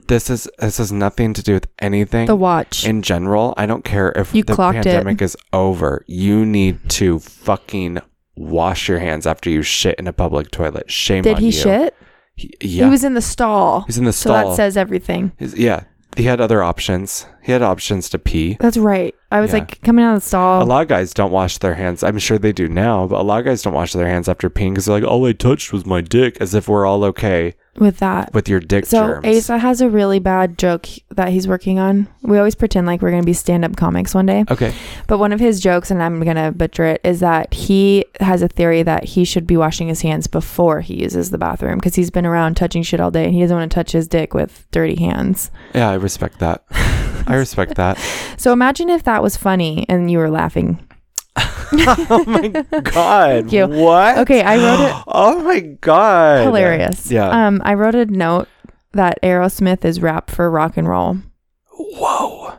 Speaker 1: this is this has nothing to do with anything
Speaker 2: the watch.
Speaker 1: in general. I don't care if
Speaker 2: You
Speaker 1: the
Speaker 2: clocked it.
Speaker 1: pandemic is over. You need to fucking wash your hands after you shit in a public toilet. Shame
Speaker 2: Did
Speaker 1: on
Speaker 2: he
Speaker 1: you.
Speaker 2: shit?
Speaker 1: He- yeah,
Speaker 2: He was in the stall.
Speaker 1: He's in the
Speaker 2: So
Speaker 1: stall.
Speaker 2: that says everything.
Speaker 1: He's- yeah, he had other options. He had options to pee.
Speaker 2: That's right. I was
Speaker 1: Yeah.
Speaker 2: like coming out of the stall.
Speaker 1: A lot of guys don't wash their hands. I'm sure they do now, but a lot of guys don't wash their hands after peeing because they're like, all I touched was my dick, as if we're all okay
Speaker 2: with that.
Speaker 1: with your dick
Speaker 2: So
Speaker 1: germs.
Speaker 2: Asa has a really bad joke that he's working on. We always pretend like we're going to be stand-up comics one day.
Speaker 1: okay.
Speaker 2: But one of his jokes and I'm going to butcher it is that he has a theory that he should be washing his hands before he uses the bathroom because he's been around touching shit all day and he doesn't want to touch his dick with dirty hands.
Speaker 1: Yeah, I respect that. I respect that.
Speaker 2: So imagine if that was funny and you were laughing.
Speaker 1: oh my god.
Speaker 2: Thank you.
Speaker 1: What?
Speaker 2: Okay, I wrote it
Speaker 1: Oh my god.
Speaker 2: hilarious.
Speaker 1: Yeah.
Speaker 2: Um I wrote a note that Aerosmith is rap for rock and roll.
Speaker 1: Whoa.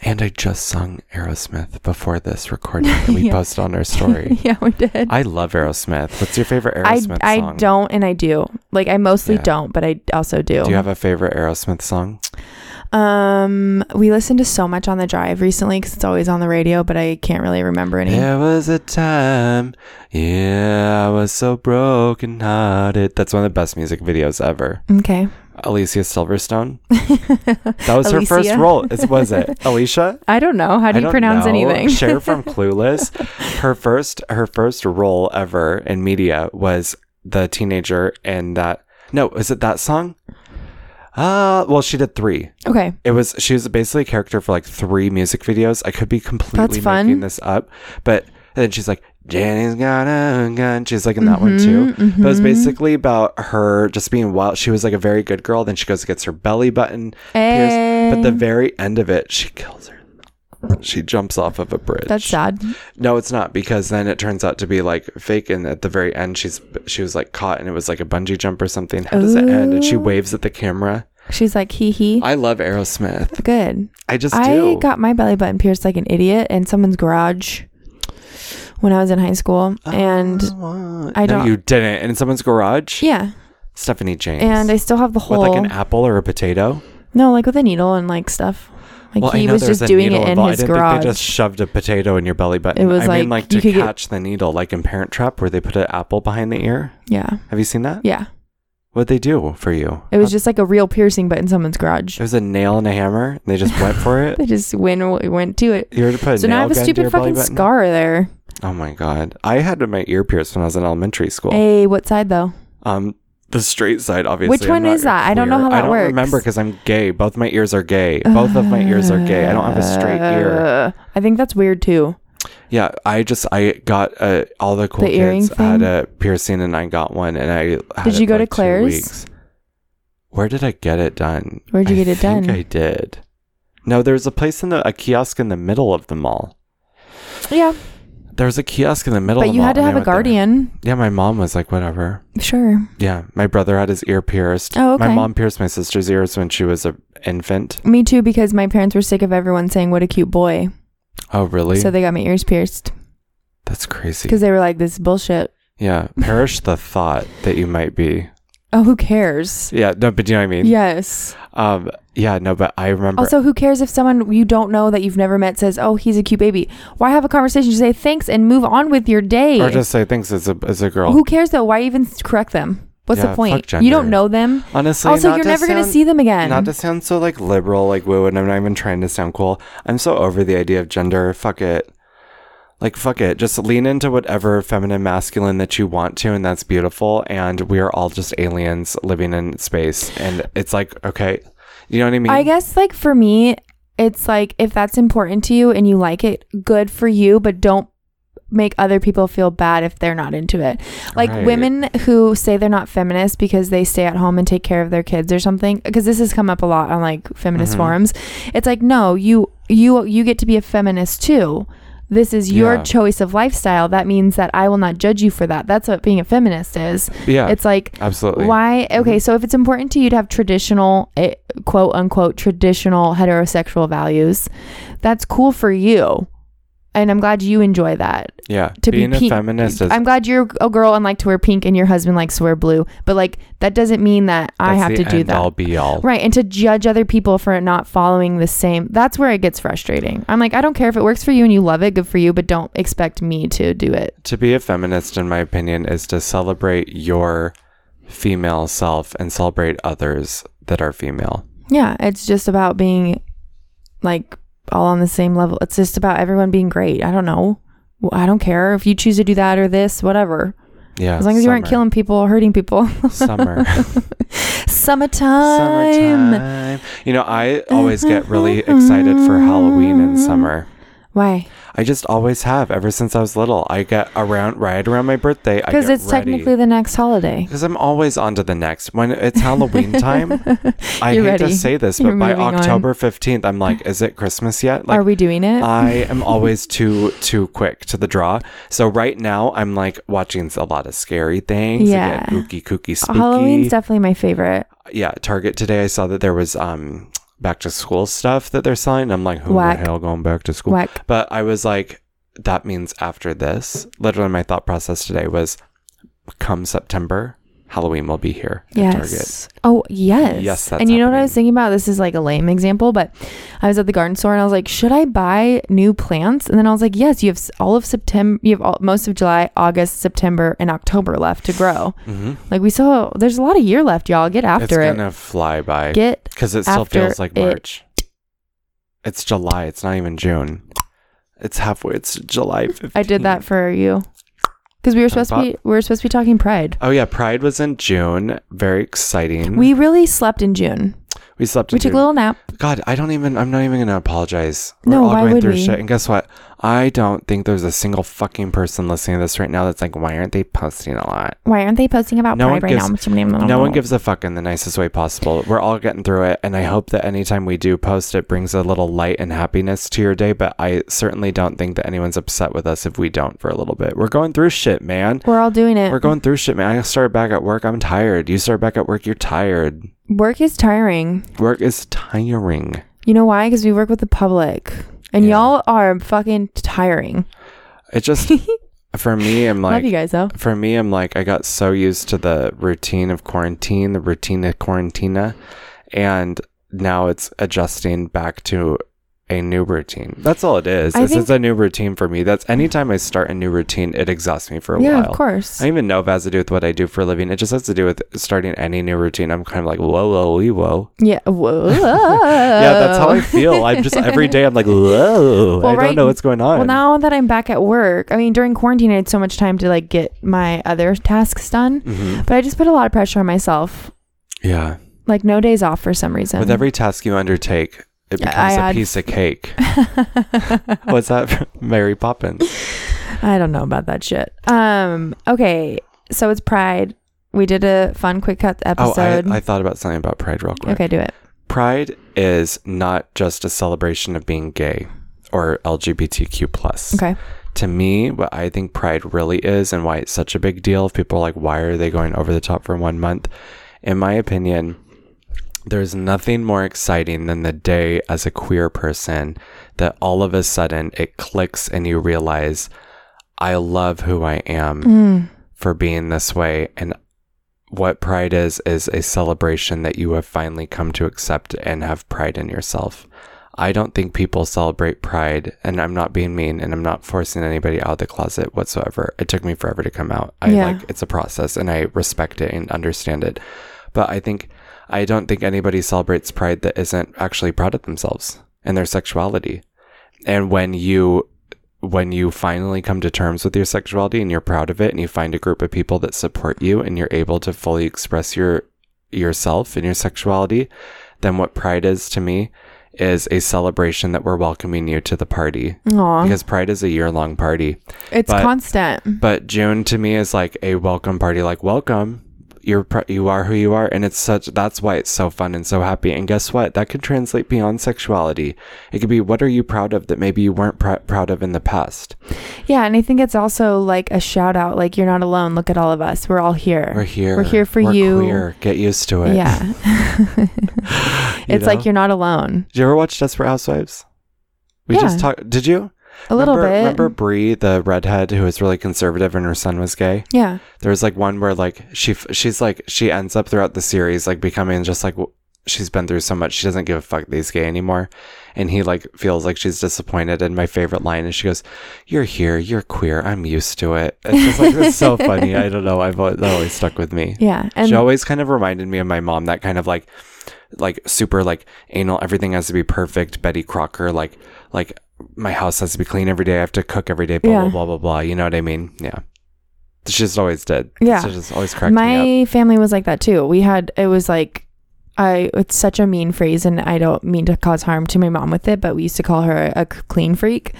Speaker 1: And I just sung Aerosmith before this recording and we
Speaker 2: Yeah.
Speaker 1: posted on our story.
Speaker 2: yeah, we did.
Speaker 1: I love Aerosmith. What's your favorite
Speaker 2: I,
Speaker 1: Aerosmith
Speaker 2: I
Speaker 1: song?
Speaker 2: don't and I do. Like I mostly
Speaker 1: Yeah.
Speaker 2: don't, but I also do.
Speaker 1: Do you have a favorite Aerosmith song?
Speaker 2: um, we listened to so much on the drive recently because it's always on the radio, but I can't really remember any.
Speaker 1: There was a time, yeah, I was so broken hearted. That's one of the best music videos ever.
Speaker 2: Okay.
Speaker 1: Alicia Silverstone. That was her first
Speaker 2: Alicia?
Speaker 1: role. Is, was it Alicia?
Speaker 2: I don't know. How do
Speaker 1: I
Speaker 2: you
Speaker 1: don't
Speaker 2: pronounce
Speaker 1: know.
Speaker 2: anything?
Speaker 1: Cher from Clueless. Her first her first role ever in media was the teenager in that no, is it that song? Uh well she did three.
Speaker 2: okay.
Speaker 1: It was she was basically a character for like three music videos. I could be completely
Speaker 2: That's fun.
Speaker 1: making this up, but then she's like, Jenny's got a gun. She's like in that one too.
Speaker 2: Mhm,
Speaker 1: But it's
Speaker 2: mhm.
Speaker 1: basically about her just being wild. She was like a very good girl. Then she goes and gets her belly button pierced. But the
Speaker 2: Hey.
Speaker 1: very end of it, she kills her. She jumps off of a bridge.
Speaker 2: That's sad.
Speaker 1: No, it's not because then it turns out to be like fake, and at the very end, she's she was like caught, and it was like a bungee jump or something. How does it end? And she
Speaker 2: Ooh.
Speaker 1: waves at the camera.
Speaker 2: She's like, hee hee.
Speaker 1: I love Aerosmith.
Speaker 2: Good.
Speaker 1: I just
Speaker 2: I
Speaker 1: do.
Speaker 2: got my belly button pierced like an idiot in someone's garage when I was in high school.
Speaker 1: Oh.
Speaker 2: And I
Speaker 1: No,
Speaker 2: don't-
Speaker 1: you didn't. In someone's garage.
Speaker 2: yeah.
Speaker 1: Stephanie James.
Speaker 2: And I still have the whole.
Speaker 1: with like an apple or a potato.
Speaker 2: No, like with a needle and like stuff. Like
Speaker 1: Well, I
Speaker 2: he
Speaker 1: know
Speaker 2: was
Speaker 1: there's
Speaker 2: just
Speaker 1: a
Speaker 2: doing
Speaker 1: needle
Speaker 2: it in
Speaker 1: involved.
Speaker 2: his
Speaker 1: I didn't
Speaker 2: garage.
Speaker 1: think they just shoved a potato in your belly button.
Speaker 2: It was
Speaker 1: I mean,
Speaker 2: like,
Speaker 1: like
Speaker 2: you
Speaker 1: to
Speaker 2: could get-
Speaker 1: catch the needle, like in Parent Trap, where they put an apple behind the ear.
Speaker 2: yeah.
Speaker 1: Have you seen that?
Speaker 2: Yeah.
Speaker 1: What'd they do for you?
Speaker 2: It was just like a real piercing, but in someone's garage.
Speaker 1: It was a nail and a hammer. And they just went for it.
Speaker 2: They just went went to it.
Speaker 1: You ever put a
Speaker 2: So
Speaker 1: nail
Speaker 2: now I have a
Speaker 1: gun to your
Speaker 2: stupid
Speaker 1: belly
Speaker 2: fucking
Speaker 1: button?
Speaker 2: scar there.
Speaker 1: Oh my god! I had my ear pierced when I was in elementary school.
Speaker 2: Hey, what side though?
Speaker 1: Um, the straight side, obviously.
Speaker 2: Which
Speaker 1: I'm
Speaker 2: one
Speaker 1: not
Speaker 2: is that? I don't know
Speaker 1: clear. I
Speaker 2: how that
Speaker 1: don't
Speaker 2: works.
Speaker 1: remember because I'm gay. Both my ears are gay. Both of my ears are gay. I don't have a straight ear.
Speaker 2: Uh, I think that's weird too.
Speaker 1: Yeah, I just I got uh, all the cool
Speaker 2: The earring
Speaker 1: kids had
Speaker 2: thing?
Speaker 1: a piercing, and I got one. And I had
Speaker 2: Did
Speaker 1: it
Speaker 2: you go
Speaker 1: for
Speaker 2: to
Speaker 1: like two
Speaker 2: Claire's?
Speaker 1: weeks. Where did I get it done?
Speaker 2: Where'd you
Speaker 1: I
Speaker 2: get it
Speaker 1: think
Speaker 2: done?
Speaker 1: I did. No, there was a place in the a kiosk in the middle of the mall.
Speaker 2: Yeah,
Speaker 1: There was a kiosk in the middle.
Speaker 2: but
Speaker 1: of the
Speaker 2: you
Speaker 1: mall,
Speaker 2: had to
Speaker 1: and I
Speaker 2: have a
Speaker 1: went there.
Speaker 2: guardian.
Speaker 1: Yeah, my mom was like, whatever.
Speaker 2: Sure.
Speaker 1: Yeah, my brother had his ear pierced.
Speaker 2: Oh,
Speaker 1: My
Speaker 2: okay.
Speaker 1: mom pierced my sister's ears when she was an infant.
Speaker 2: Me too, because my parents were sick of everyone saying "what a cute boy,"
Speaker 1: Oh, really?
Speaker 2: so they got my ears pierced
Speaker 1: That's crazy.
Speaker 2: because they were like, "This is bullshit."
Speaker 1: Yeah, perish the thought that you might be.
Speaker 2: Oh, who cares?
Speaker 1: Yeah, no, but do you know what I mean?
Speaker 2: Yes.
Speaker 1: Um, yeah, no, but I remember.
Speaker 2: Also, who cares if someone you don't know that you've never met says, "Oh, he's a cute baby"? Why have a conversation? Just say thanks and move on with your day.
Speaker 1: or just say things as a, as a girl.
Speaker 2: who cares though? Why even correct them? What's
Speaker 1: Yeah,
Speaker 2: the
Speaker 1: fuck
Speaker 2: point? You
Speaker 1: gender.
Speaker 2: don't know them.
Speaker 1: Honestly,
Speaker 2: also,
Speaker 1: not
Speaker 2: you're
Speaker 1: to
Speaker 2: never gonna
Speaker 1: sound-
Speaker 2: see them again.
Speaker 1: Not to sound so like liberal, like woo, and I'm not even trying to sound cool. I'm so over the idea of gender. Fuck it. Like, fuck it. Just lean into whatever feminine, masculine that you want to, and that's beautiful. And we are all just aliens living in space. And it's like, okay. You know what I mean?
Speaker 2: I guess like for me, it's like if that's important to you and you like it, good for you, but don't make other people feel bad if they're not into it. Like
Speaker 1: Right.
Speaker 2: women who say they're not feminist because they stay at home and take care of their kids or something because this has come up a lot on like feminist
Speaker 1: Mhm.
Speaker 2: forums. It's like no, you you you get to be a feminist too. This is your
Speaker 1: Yeah.
Speaker 2: choice of lifestyle. That means that I will not judge you for that. That's what being a feminist is.
Speaker 1: yeah.
Speaker 2: It's like
Speaker 1: absolutely.
Speaker 2: why?
Speaker 1: Mm-hmm.
Speaker 2: Okay, so if it's important to you to have traditional, eh, quote unquote, traditional heterosexual values, that's cool for you. And I'm glad you enjoy that.
Speaker 1: Yeah.
Speaker 2: To
Speaker 1: Being
Speaker 2: be
Speaker 1: a
Speaker 2: pink.
Speaker 1: feminist is
Speaker 2: I'm glad you're a girl and like to wear pink and your husband likes to wear blue. But like, that doesn't mean that I
Speaker 1: that's
Speaker 2: have
Speaker 1: the
Speaker 2: to do
Speaker 1: end
Speaker 2: that.
Speaker 1: all be all.
Speaker 2: Right. And to judge other people for not following the same, that's where it gets frustrating. I'm like, I don't care if it works for you and you love it, good for you, but don't expect me to do it.
Speaker 1: To be a feminist, in my opinion, is to celebrate your female self and celebrate others that are female.
Speaker 2: Yeah, it's just about being like all on the same level. It's just about everyone being great. I don't know. Well, I don't care if you choose to do that or this, whatever.
Speaker 1: Yeah.
Speaker 2: As long as you aren't
Speaker 1: summer.
Speaker 2: killing people or hurting people.
Speaker 1: summer.
Speaker 2: Summertime.
Speaker 1: Summertime. You know, I
Speaker 2: Uh-huh,
Speaker 1: always get really excited for Halloween and summer.
Speaker 2: Why?
Speaker 1: I just always have ever since I was little. I get around right around my birthday.
Speaker 2: Because it's technically the next holiday.
Speaker 1: because I'm always on to the next. When it's Halloween time, I hate
Speaker 2: You're
Speaker 1: to
Speaker 2: ready.
Speaker 1: say this,
Speaker 2: You're
Speaker 1: but by
Speaker 2: moving on.
Speaker 1: October 15th, I'm like, is it Christmas yet? Like,
Speaker 2: Are we doing it?
Speaker 1: I am always too too quick to the draw. So right now, I'm like watching a lot of scary things.
Speaker 2: Yeah.
Speaker 1: I get ooky kooky spooky.
Speaker 2: Halloween's definitely my favorite.
Speaker 1: yeah, Target today I saw that there was um back to school stuff that they're selling. I'm like, who
Speaker 2: Whack.
Speaker 1: the hell going back to school?
Speaker 2: Whack.
Speaker 1: But I was like, that means after this. Literally, my thought process today was, come September, Halloween will be here. at Target.
Speaker 2: Yes. Oh, yes.
Speaker 1: Yes, that's
Speaker 2: and you know what I
Speaker 1: happening.
Speaker 2: was thinking about? This is like a lame example, but I was at the garden store and I was like, should I buy new plants? And then I was like, yes, you have s- all of September, you have all, most of July, August, September, and October left to grow.
Speaker 1: Mm-hmm.
Speaker 2: Like we saw, there's a lot of year left, y'all. Get
Speaker 1: It's
Speaker 2: after it.
Speaker 1: gonna fly by
Speaker 2: Get
Speaker 1: because it still
Speaker 2: after
Speaker 1: feels like
Speaker 2: it.
Speaker 1: March. It's July. It's not even June. It's halfway. It's July. 15th.
Speaker 2: I did that for you because we were supposed
Speaker 1: bought-
Speaker 2: to be we were supposed to be talking Pride.
Speaker 1: Oh yeah, Pride was in June. Very exciting.
Speaker 2: We really slept in June.
Speaker 1: we slept.
Speaker 2: We
Speaker 1: in
Speaker 2: took
Speaker 1: Mm. June.
Speaker 2: a little nap.
Speaker 1: God, I don't even. I'm not even gonna apologize.
Speaker 2: No,
Speaker 1: all
Speaker 2: why
Speaker 1: going
Speaker 2: would
Speaker 1: through
Speaker 2: we?
Speaker 1: shit. And guess what? I don't think there's a single fucking person listening to this right now that's like, why aren't they posting a lot?
Speaker 2: Why aren't they posting about
Speaker 1: No one
Speaker 2: Pride right
Speaker 1: gives-
Speaker 2: now?
Speaker 1: No one gives a fuck in the nicest way possible. We're all getting through it, and I hope that anytime we do post, it brings a little light and happiness to your day. But I certainly don't think that anyone's upset with us if we don't for a little bit. We're going through shit, man.
Speaker 2: We're all doing it.
Speaker 1: We're going through shit, man. I started back at work. I'm tired. You start back at work. You're tired.
Speaker 2: Work is tiring.
Speaker 1: Work is tiring.
Speaker 2: You know why? Because we work with the public, and
Speaker 1: Yeah.
Speaker 2: y'all are fucking tiring.
Speaker 1: It just for me. I'm
Speaker 2: Love
Speaker 1: like
Speaker 2: you guys though.
Speaker 1: for me, I'm like, I got so used to the routine of quarantine, the routine of quarantina, and now it's adjusting back to a new routine. That's all it is.
Speaker 2: I
Speaker 1: It's,
Speaker 2: think-
Speaker 1: it's a new routine for me. That's anytime I start a new routine, it exhausts me for a
Speaker 2: yeah,
Speaker 1: while.
Speaker 2: of course.
Speaker 1: I don't even know if it has to do with what I do for a living. It just has to do with starting any new routine. I'm kind of like, whoa, whoa, wee, whoa.
Speaker 2: yeah. Whoa.
Speaker 1: Yeah, that's how I feel. I'm just every day I'm like, whoa,
Speaker 2: Oh. Well,
Speaker 1: I
Speaker 2: right-
Speaker 1: don't know what's going on.
Speaker 2: Well, now that I'm back at work, I mean, during quarantine, I had so much time to like get my other tasks done,
Speaker 1: Mhm.
Speaker 2: but I just put a lot of pressure on myself.
Speaker 1: Yeah.
Speaker 2: Like no days off for some reason.
Speaker 1: With every task you undertake, it
Speaker 2: Yeah,
Speaker 1: becomes a
Speaker 2: I had-
Speaker 1: piece of cake. What's that? from Mary Poppins.
Speaker 2: I don't know about that shit. Um. Okay. So it's Pride. We did a fun quick cut
Speaker 1: Oh, I,
Speaker 2: episode.
Speaker 1: I thought about something about pride real quick.
Speaker 2: okay, do it.
Speaker 1: Pride is not just a celebration of being gay or LGBTQ plus.
Speaker 2: Okay.
Speaker 1: To me, what I think pride really is and why it's such a big deal, if people are like, why are they going over the top for one month? In my opinion, there's nothing more exciting than the day as a queer person that all of a sudden it clicks and you realize, I love who I am
Speaker 2: Mm.
Speaker 1: for being this way. And what pride is, is a celebration that you have finally come to accept and have pride in yourself. I don't think people celebrate pride, and I'm not being mean and I'm not forcing anybody out of the closet whatsoever. It took me forever to come out. I
Speaker 2: Yeah.
Speaker 1: like it's a process and I respect it and understand it. But I think I don't think anybody celebrates pride that isn't actually proud of themselves and their sexuality. And when you when you finally come to terms with your sexuality and you're proud of it and you find a group of people that support you and you're able to fully express your yourself and your sexuality, then what pride is to me is a celebration that we're welcoming you to the party.
Speaker 2: Aw.
Speaker 1: Because pride is a year long party.
Speaker 2: it's
Speaker 1: but-
Speaker 2: constant.
Speaker 1: But June to me is like a welcome party, like welcome. You're pr- you are who you are, and it's such. That's why it's so fun and so happy. And guess what? That could translate beyond sexuality. It could be what are you proud of that maybe you weren't pr- proud of in the past.
Speaker 2: Yeah, and I think it's also like a shout out. Like you're not alone. Look at all of us. We're all here.
Speaker 1: We're here.
Speaker 2: We're here for
Speaker 1: We're
Speaker 2: you.
Speaker 1: Queer. Get used to it.
Speaker 2: Yeah. it's
Speaker 1: know?
Speaker 2: like you're not alone.
Speaker 1: Did you ever watch Desperate Housewives? We just
Speaker 2: Yeah.
Speaker 1: talked. Did you?
Speaker 2: A little
Speaker 1: remember,
Speaker 2: bit.
Speaker 1: Remember Brie, the redhead who was really conservative, and her son was gay.
Speaker 2: Yeah.
Speaker 1: there's like one where like she f- she's like she ends up throughout the series like becoming just like w- she's been through so much she doesn't give a fuck that he's gay anymore and he like feels like she's disappointed and my favorite line is she goes you're here you're queer i'm used to it it's just like it's so funny i don't know i've always, that always stuck with me
Speaker 2: Yeah. And
Speaker 1: she always kind of reminded me of my mom that kind of like like super like anal everything has to be perfect betty crocker like like my house has to be clean every day i have to cook every day blah
Speaker 2: Yeah.
Speaker 1: blah blah blah blah you know what i mean yeah she just always did
Speaker 2: Yeah.
Speaker 1: she just always cracked me up
Speaker 2: my family was like that too. We had it was like I it's such a mean phrase and I don't mean to cause harm to my mom with it, but we used to call her a, c- clean freak.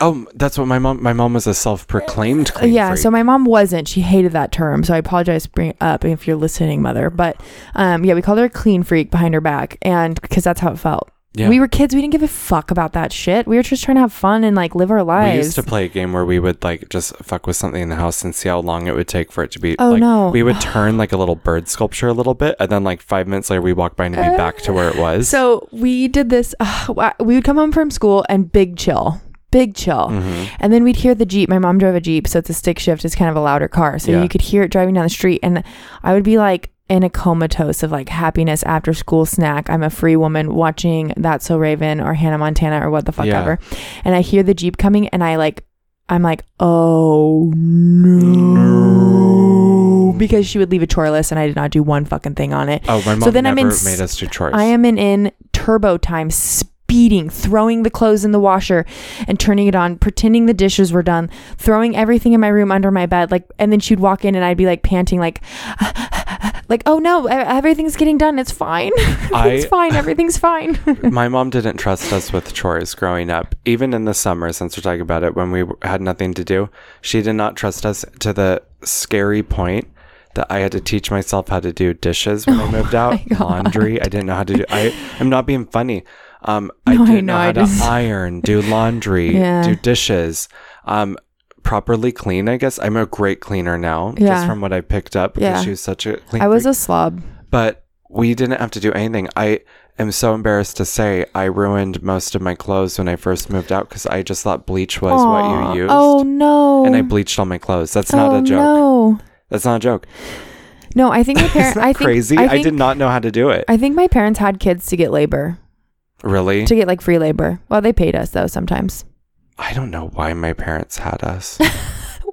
Speaker 1: oh that's what my mom my mom was a self-proclaimed clean
Speaker 2: yeah,
Speaker 1: freak.
Speaker 2: so my mom wasn't. She hated that term, so I apologize for bringing it up if you're listening, mother. But um yeah, we called her a clean freak behind her back and because that's how it felt.
Speaker 1: yeah.
Speaker 2: We were kids, we didn't give a fuck about that shit. We were just trying to have fun and like live our
Speaker 1: We
Speaker 2: lives.
Speaker 1: used to play a game where we would like just fuck with something in the house and see how long it would take for it to be.
Speaker 2: Oh,
Speaker 1: like,
Speaker 2: no.
Speaker 1: We would turn like a little bird sculpture a little bit, and then like five minutes later, we walk by and it'd be back to where it was.
Speaker 2: So we did this. Uh, we would come home from school and big chill, big chill,
Speaker 1: Mm-hmm.
Speaker 2: and then we'd hear the jeep. My mom drove a jeep, so it's a stick shift. It's kind of a louder car, so
Speaker 1: Yeah.
Speaker 2: you could hear it driving down the street, and I would be like in a comatose of like happiness after school snack. I'm a free woman watching That's So Raven or Hannah Montana or what the fuck
Speaker 1: Yeah.
Speaker 2: ever, and I hear the jeep coming, and I like. I'm like, oh no. Because she would leave a chore list and I did not do one fucking thing on it.
Speaker 1: oh, my mom
Speaker 2: so then I'm
Speaker 1: never
Speaker 2: in s-
Speaker 1: made us do chores.
Speaker 2: I am in, in turbo time, speeding, throwing the clothes in the washer and turning it on, pretending the dishes were done, throwing everything in my room under my bed. Like, and then she'd walk in and I'd be like panting, like, like, oh no, e- everything's getting done. It's fine. it's
Speaker 1: I-
Speaker 2: fine. Everything's fine.
Speaker 1: my mom didn't trust us with chores growing up. Even in the summer, since we're talking about it, when we w- had nothing to do, she did not trust us to the scary point that I had to teach myself how to do dishes when
Speaker 2: Oh
Speaker 1: I moved out, laundry. I didn't know how to do. I am not being funny. Um, I
Speaker 2: No, I
Speaker 1: didn't know,
Speaker 2: know,
Speaker 1: how
Speaker 2: I
Speaker 1: to
Speaker 2: just-
Speaker 1: iron, do laundry,
Speaker 2: Yeah.
Speaker 1: do dishes. Um, properly clean. I guess I'm a great cleaner now, just
Speaker 2: Yeah.
Speaker 1: from what I picked up. Because
Speaker 2: Yeah.
Speaker 1: she was such a clean.
Speaker 2: I was
Speaker 1: freak
Speaker 2: a slob.
Speaker 1: but we didn't have to do anything. I am so embarrassed to say I ruined most of my clothes when I first moved out because I just thought bleach was what
Speaker 2: Aw.
Speaker 1: you used.
Speaker 2: Oh no.
Speaker 1: And I bleached all my clothes. That's not
Speaker 2: Oh,
Speaker 1: a joke.
Speaker 2: No.
Speaker 1: That's not a joke.
Speaker 2: No, I think my
Speaker 1: Isn't
Speaker 2: parents.
Speaker 1: that
Speaker 2: I think,
Speaker 1: crazy?
Speaker 2: I,
Speaker 1: I,
Speaker 2: think,
Speaker 1: did not know how to do it.
Speaker 2: I think my parents had kids to get labor.
Speaker 1: Really?
Speaker 2: to get like free labor. Well, they paid us though sometimes.
Speaker 1: I don't know why my parents had us.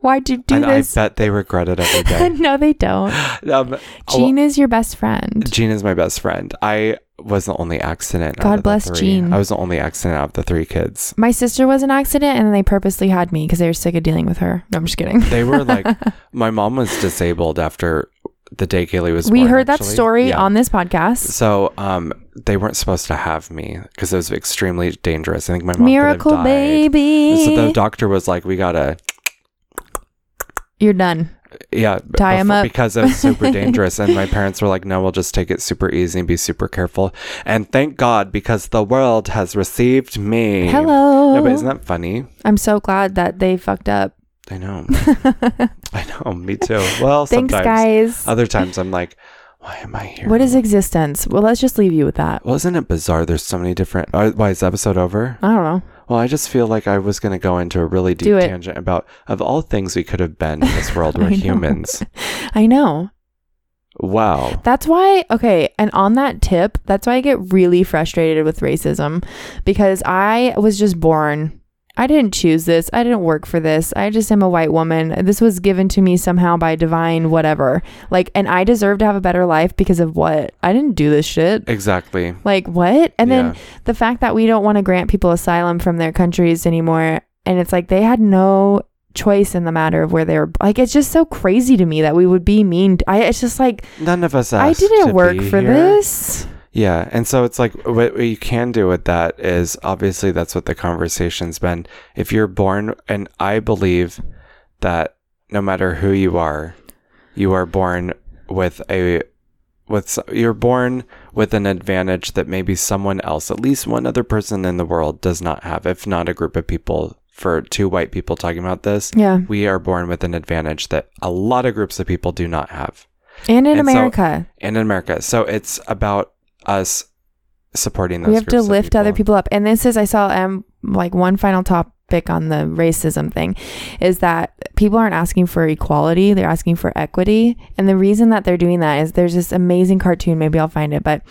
Speaker 2: Why'd you do
Speaker 1: and I
Speaker 2: this?
Speaker 1: bet they regret it every day.
Speaker 2: no, they don't.
Speaker 1: um, well,
Speaker 2: Gene is your best friend.
Speaker 1: Gene is my best friend. I was the only accident. out
Speaker 2: God
Speaker 1: of the
Speaker 2: bless
Speaker 1: three.
Speaker 2: Gene.
Speaker 1: I was the only accident out of the three kids.
Speaker 2: My sister was an accident, and then they purposely had me because they were sick of dealing with her. No, I'm just kidding.
Speaker 1: They were like, my mom was disabled after the day Kaylee was
Speaker 2: we
Speaker 1: born,
Speaker 2: heard that
Speaker 1: actually.
Speaker 2: story
Speaker 1: Yeah.
Speaker 2: on this podcast.
Speaker 1: So um, they weren't supposed to have me because it was extremely dangerous. I think my mom could
Speaker 2: Miracle
Speaker 1: have died. So the
Speaker 2: baby,
Speaker 1: doctor was like, "We gotta,
Speaker 2: you're done.
Speaker 1: yeah, b-
Speaker 2: Tie 'em
Speaker 1: befo-
Speaker 2: up.
Speaker 1: because it was super dangerous." And my parents were like, "No, we'll just take it super easy and be super careful." And thank God because the world has received me.
Speaker 2: Hello.
Speaker 1: No, but isn't that funny?
Speaker 2: I'm so glad that they fucked up.
Speaker 1: I know.
Speaker 2: Thanks,
Speaker 1: I know. Me too. Well, sometimes. Uh,
Speaker 2: guys.
Speaker 1: Other times I'm like, why am I here?
Speaker 2: What is existence? Well, let's just leave you with that.
Speaker 1: Well, isn't it bizarre? There's so many different. Uh, why is the episode over?
Speaker 2: I don't know.
Speaker 1: Well, I just feel like I was going to go into a really
Speaker 2: Do
Speaker 1: deep
Speaker 2: it.
Speaker 1: tangent about of all things we could have been in this world, we're
Speaker 2: I know.
Speaker 1: humans.
Speaker 2: I know.
Speaker 1: Wow.
Speaker 2: That's why, okay, and on that tip, that's why I get really frustrated with racism because I was just born. I didn't choose this. I didn't work for this. I just am a white woman. This was given to me somehow by divine whatever. Like, and I deserve to have a better life because of what? I didn't do this shit.
Speaker 1: Exactly.
Speaker 2: Like, what? And then
Speaker 1: Yeah.
Speaker 2: the fact that we don't want to grant people asylum from their countries anymore. And it's like they had no choice in the matter of where they were. Like, it's just so crazy to me that we would be mean. I, it's just like,
Speaker 1: none of us.
Speaker 2: I
Speaker 1: asked
Speaker 2: didn't
Speaker 1: to
Speaker 2: work
Speaker 1: be
Speaker 2: for
Speaker 1: here.
Speaker 2: this.
Speaker 1: Yeah, and so it's like what, what you can do with that is obviously that's what the conversation's been. If you're born, and I believe that no matter who you are, you are born with a with s- you're born with an advantage that maybe someone else, at least one other person in the world, does not have. If not a group of people, for two white people talking about this,
Speaker 2: Yeah.
Speaker 1: we are born with an advantage that a lot of groups of people do not have
Speaker 2: And in
Speaker 1: And so
Speaker 2: America,
Speaker 1: and in America. So it's about us supporting those.
Speaker 2: we have to
Speaker 1: groups of
Speaker 2: lift other people up. And this is, I saw um, like one final topic on the racism thing is that people aren't asking for equality, they're asking for equity. And the reason that they're doing that is there's this amazing cartoon, maybe I'll find it, but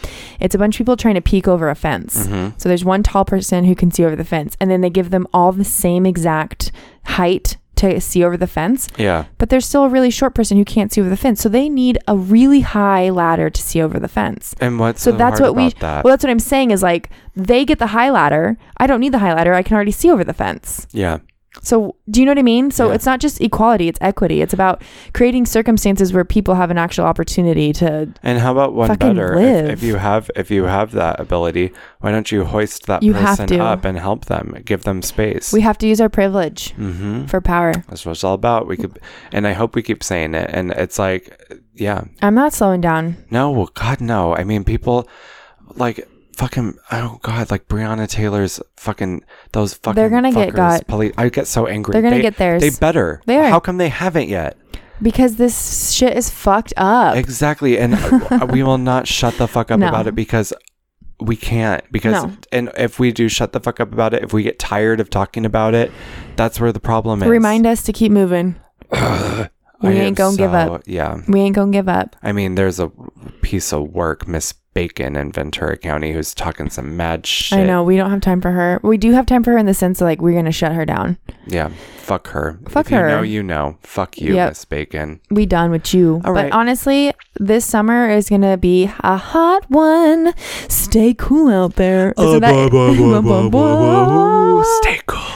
Speaker 2: it's a bunch of people trying to peek over a fence.
Speaker 1: Mhm.
Speaker 2: So there's one tall person who can see over the fence, and then they give them all the same exact height to see over the fence.
Speaker 1: Yeah,
Speaker 2: but there's still a really short person who can't see over the fence. So they need a really high ladder to see over the fence.
Speaker 1: and what's
Speaker 2: So that's
Speaker 1: hard
Speaker 2: what we.
Speaker 1: about that?
Speaker 2: Well, that's what I'm saying is like they get the high ladder. I don't need the high ladder. I can already see over the fence.
Speaker 1: yeah,
Speaker 2: So do you know what I mean? So
Speaker 1: Yeah.
Speaker 2: it's not just equality. It's equity. It's about creating circumstances where people have an actual opportunity to.
Speaker 1: and how about one
Speaker 2: Fucking
Speaker 1: better?
Speaker 2: live.
Speaker 1: If, if you have if you have that ability, why don't you hoist that
Speaker 2: You have
Speaker 1: person
Speaker 2: to.
Speaker 1: up and help them, give them space?
Speaker 2: We have to use our privilege
Speaker 1: mm-hmm.
Speaker 2: for power.
Speaker 1: That's what it's all about. We could, and I hope we keep saying it. And it's like, yeah,
Speaker 2: I'm not slowing down.
Speaker 1: No, well, God, no. I mean, people like fucking. Oh God, like Breonna Taylor's fucking those fucking.
Speaker 2: They're gonna get
Speaker 1: fuckers,
Speaker 2: got.
Speaker 1: Police. I get so angry.
Speaker 2: They're gonna
Speaker 1: They-
Speaker 2: get theirs.
Speaker 1: They better.
Speaker 2: They are.
Speaker 1: How come they haven't yet?
Speaker 2: because this shit is fucked up.
Speaker 1: Exactly, and uh, we will not shut the fuck up
Speaker 2: Oh. No.
Speaker 1: about it because we can't. Because
Speaker 2: No.
Speaker 1: and if we do shut the fuck up about it, if we get tired of talking about it, that's where the problem is.
Speaker 2: Remind us to keep moving.
Speaker 1: I
Speaker 2: we
Speaker 1: am
Speaker 2: ain't gonna give up.
Speaker 1: so- Yeah.
Speaker 2: We ain't gonna give up.
Speaker 1: I mean, there's a piece of work, Miss Bacon in Ventura County, who's talking some mad shit.
Speaker 2: I know we don't have time for her. We do have time for her in the sense of like we're gonna shut her down.
Speaker 1: Yeah, fuck her.
Speaker 2: Fuck
Speaker 1: if You
Speaker 2: her.
Speaker 1: know, you know. Fuck you,
Speaker 2: Yep.
Speaker 1: Miss Bacon.
Speaker 2: We done with you.
Speaker 1: All
Speaker 2: but
Speaker 1: right.
Speaker 2: honestly, this summer is gonna be a hot
Speaker 1: Uh,
Speaker 2: Oh, one. Stay cool out there. Isn't that-
Speaker 1: Stay cool.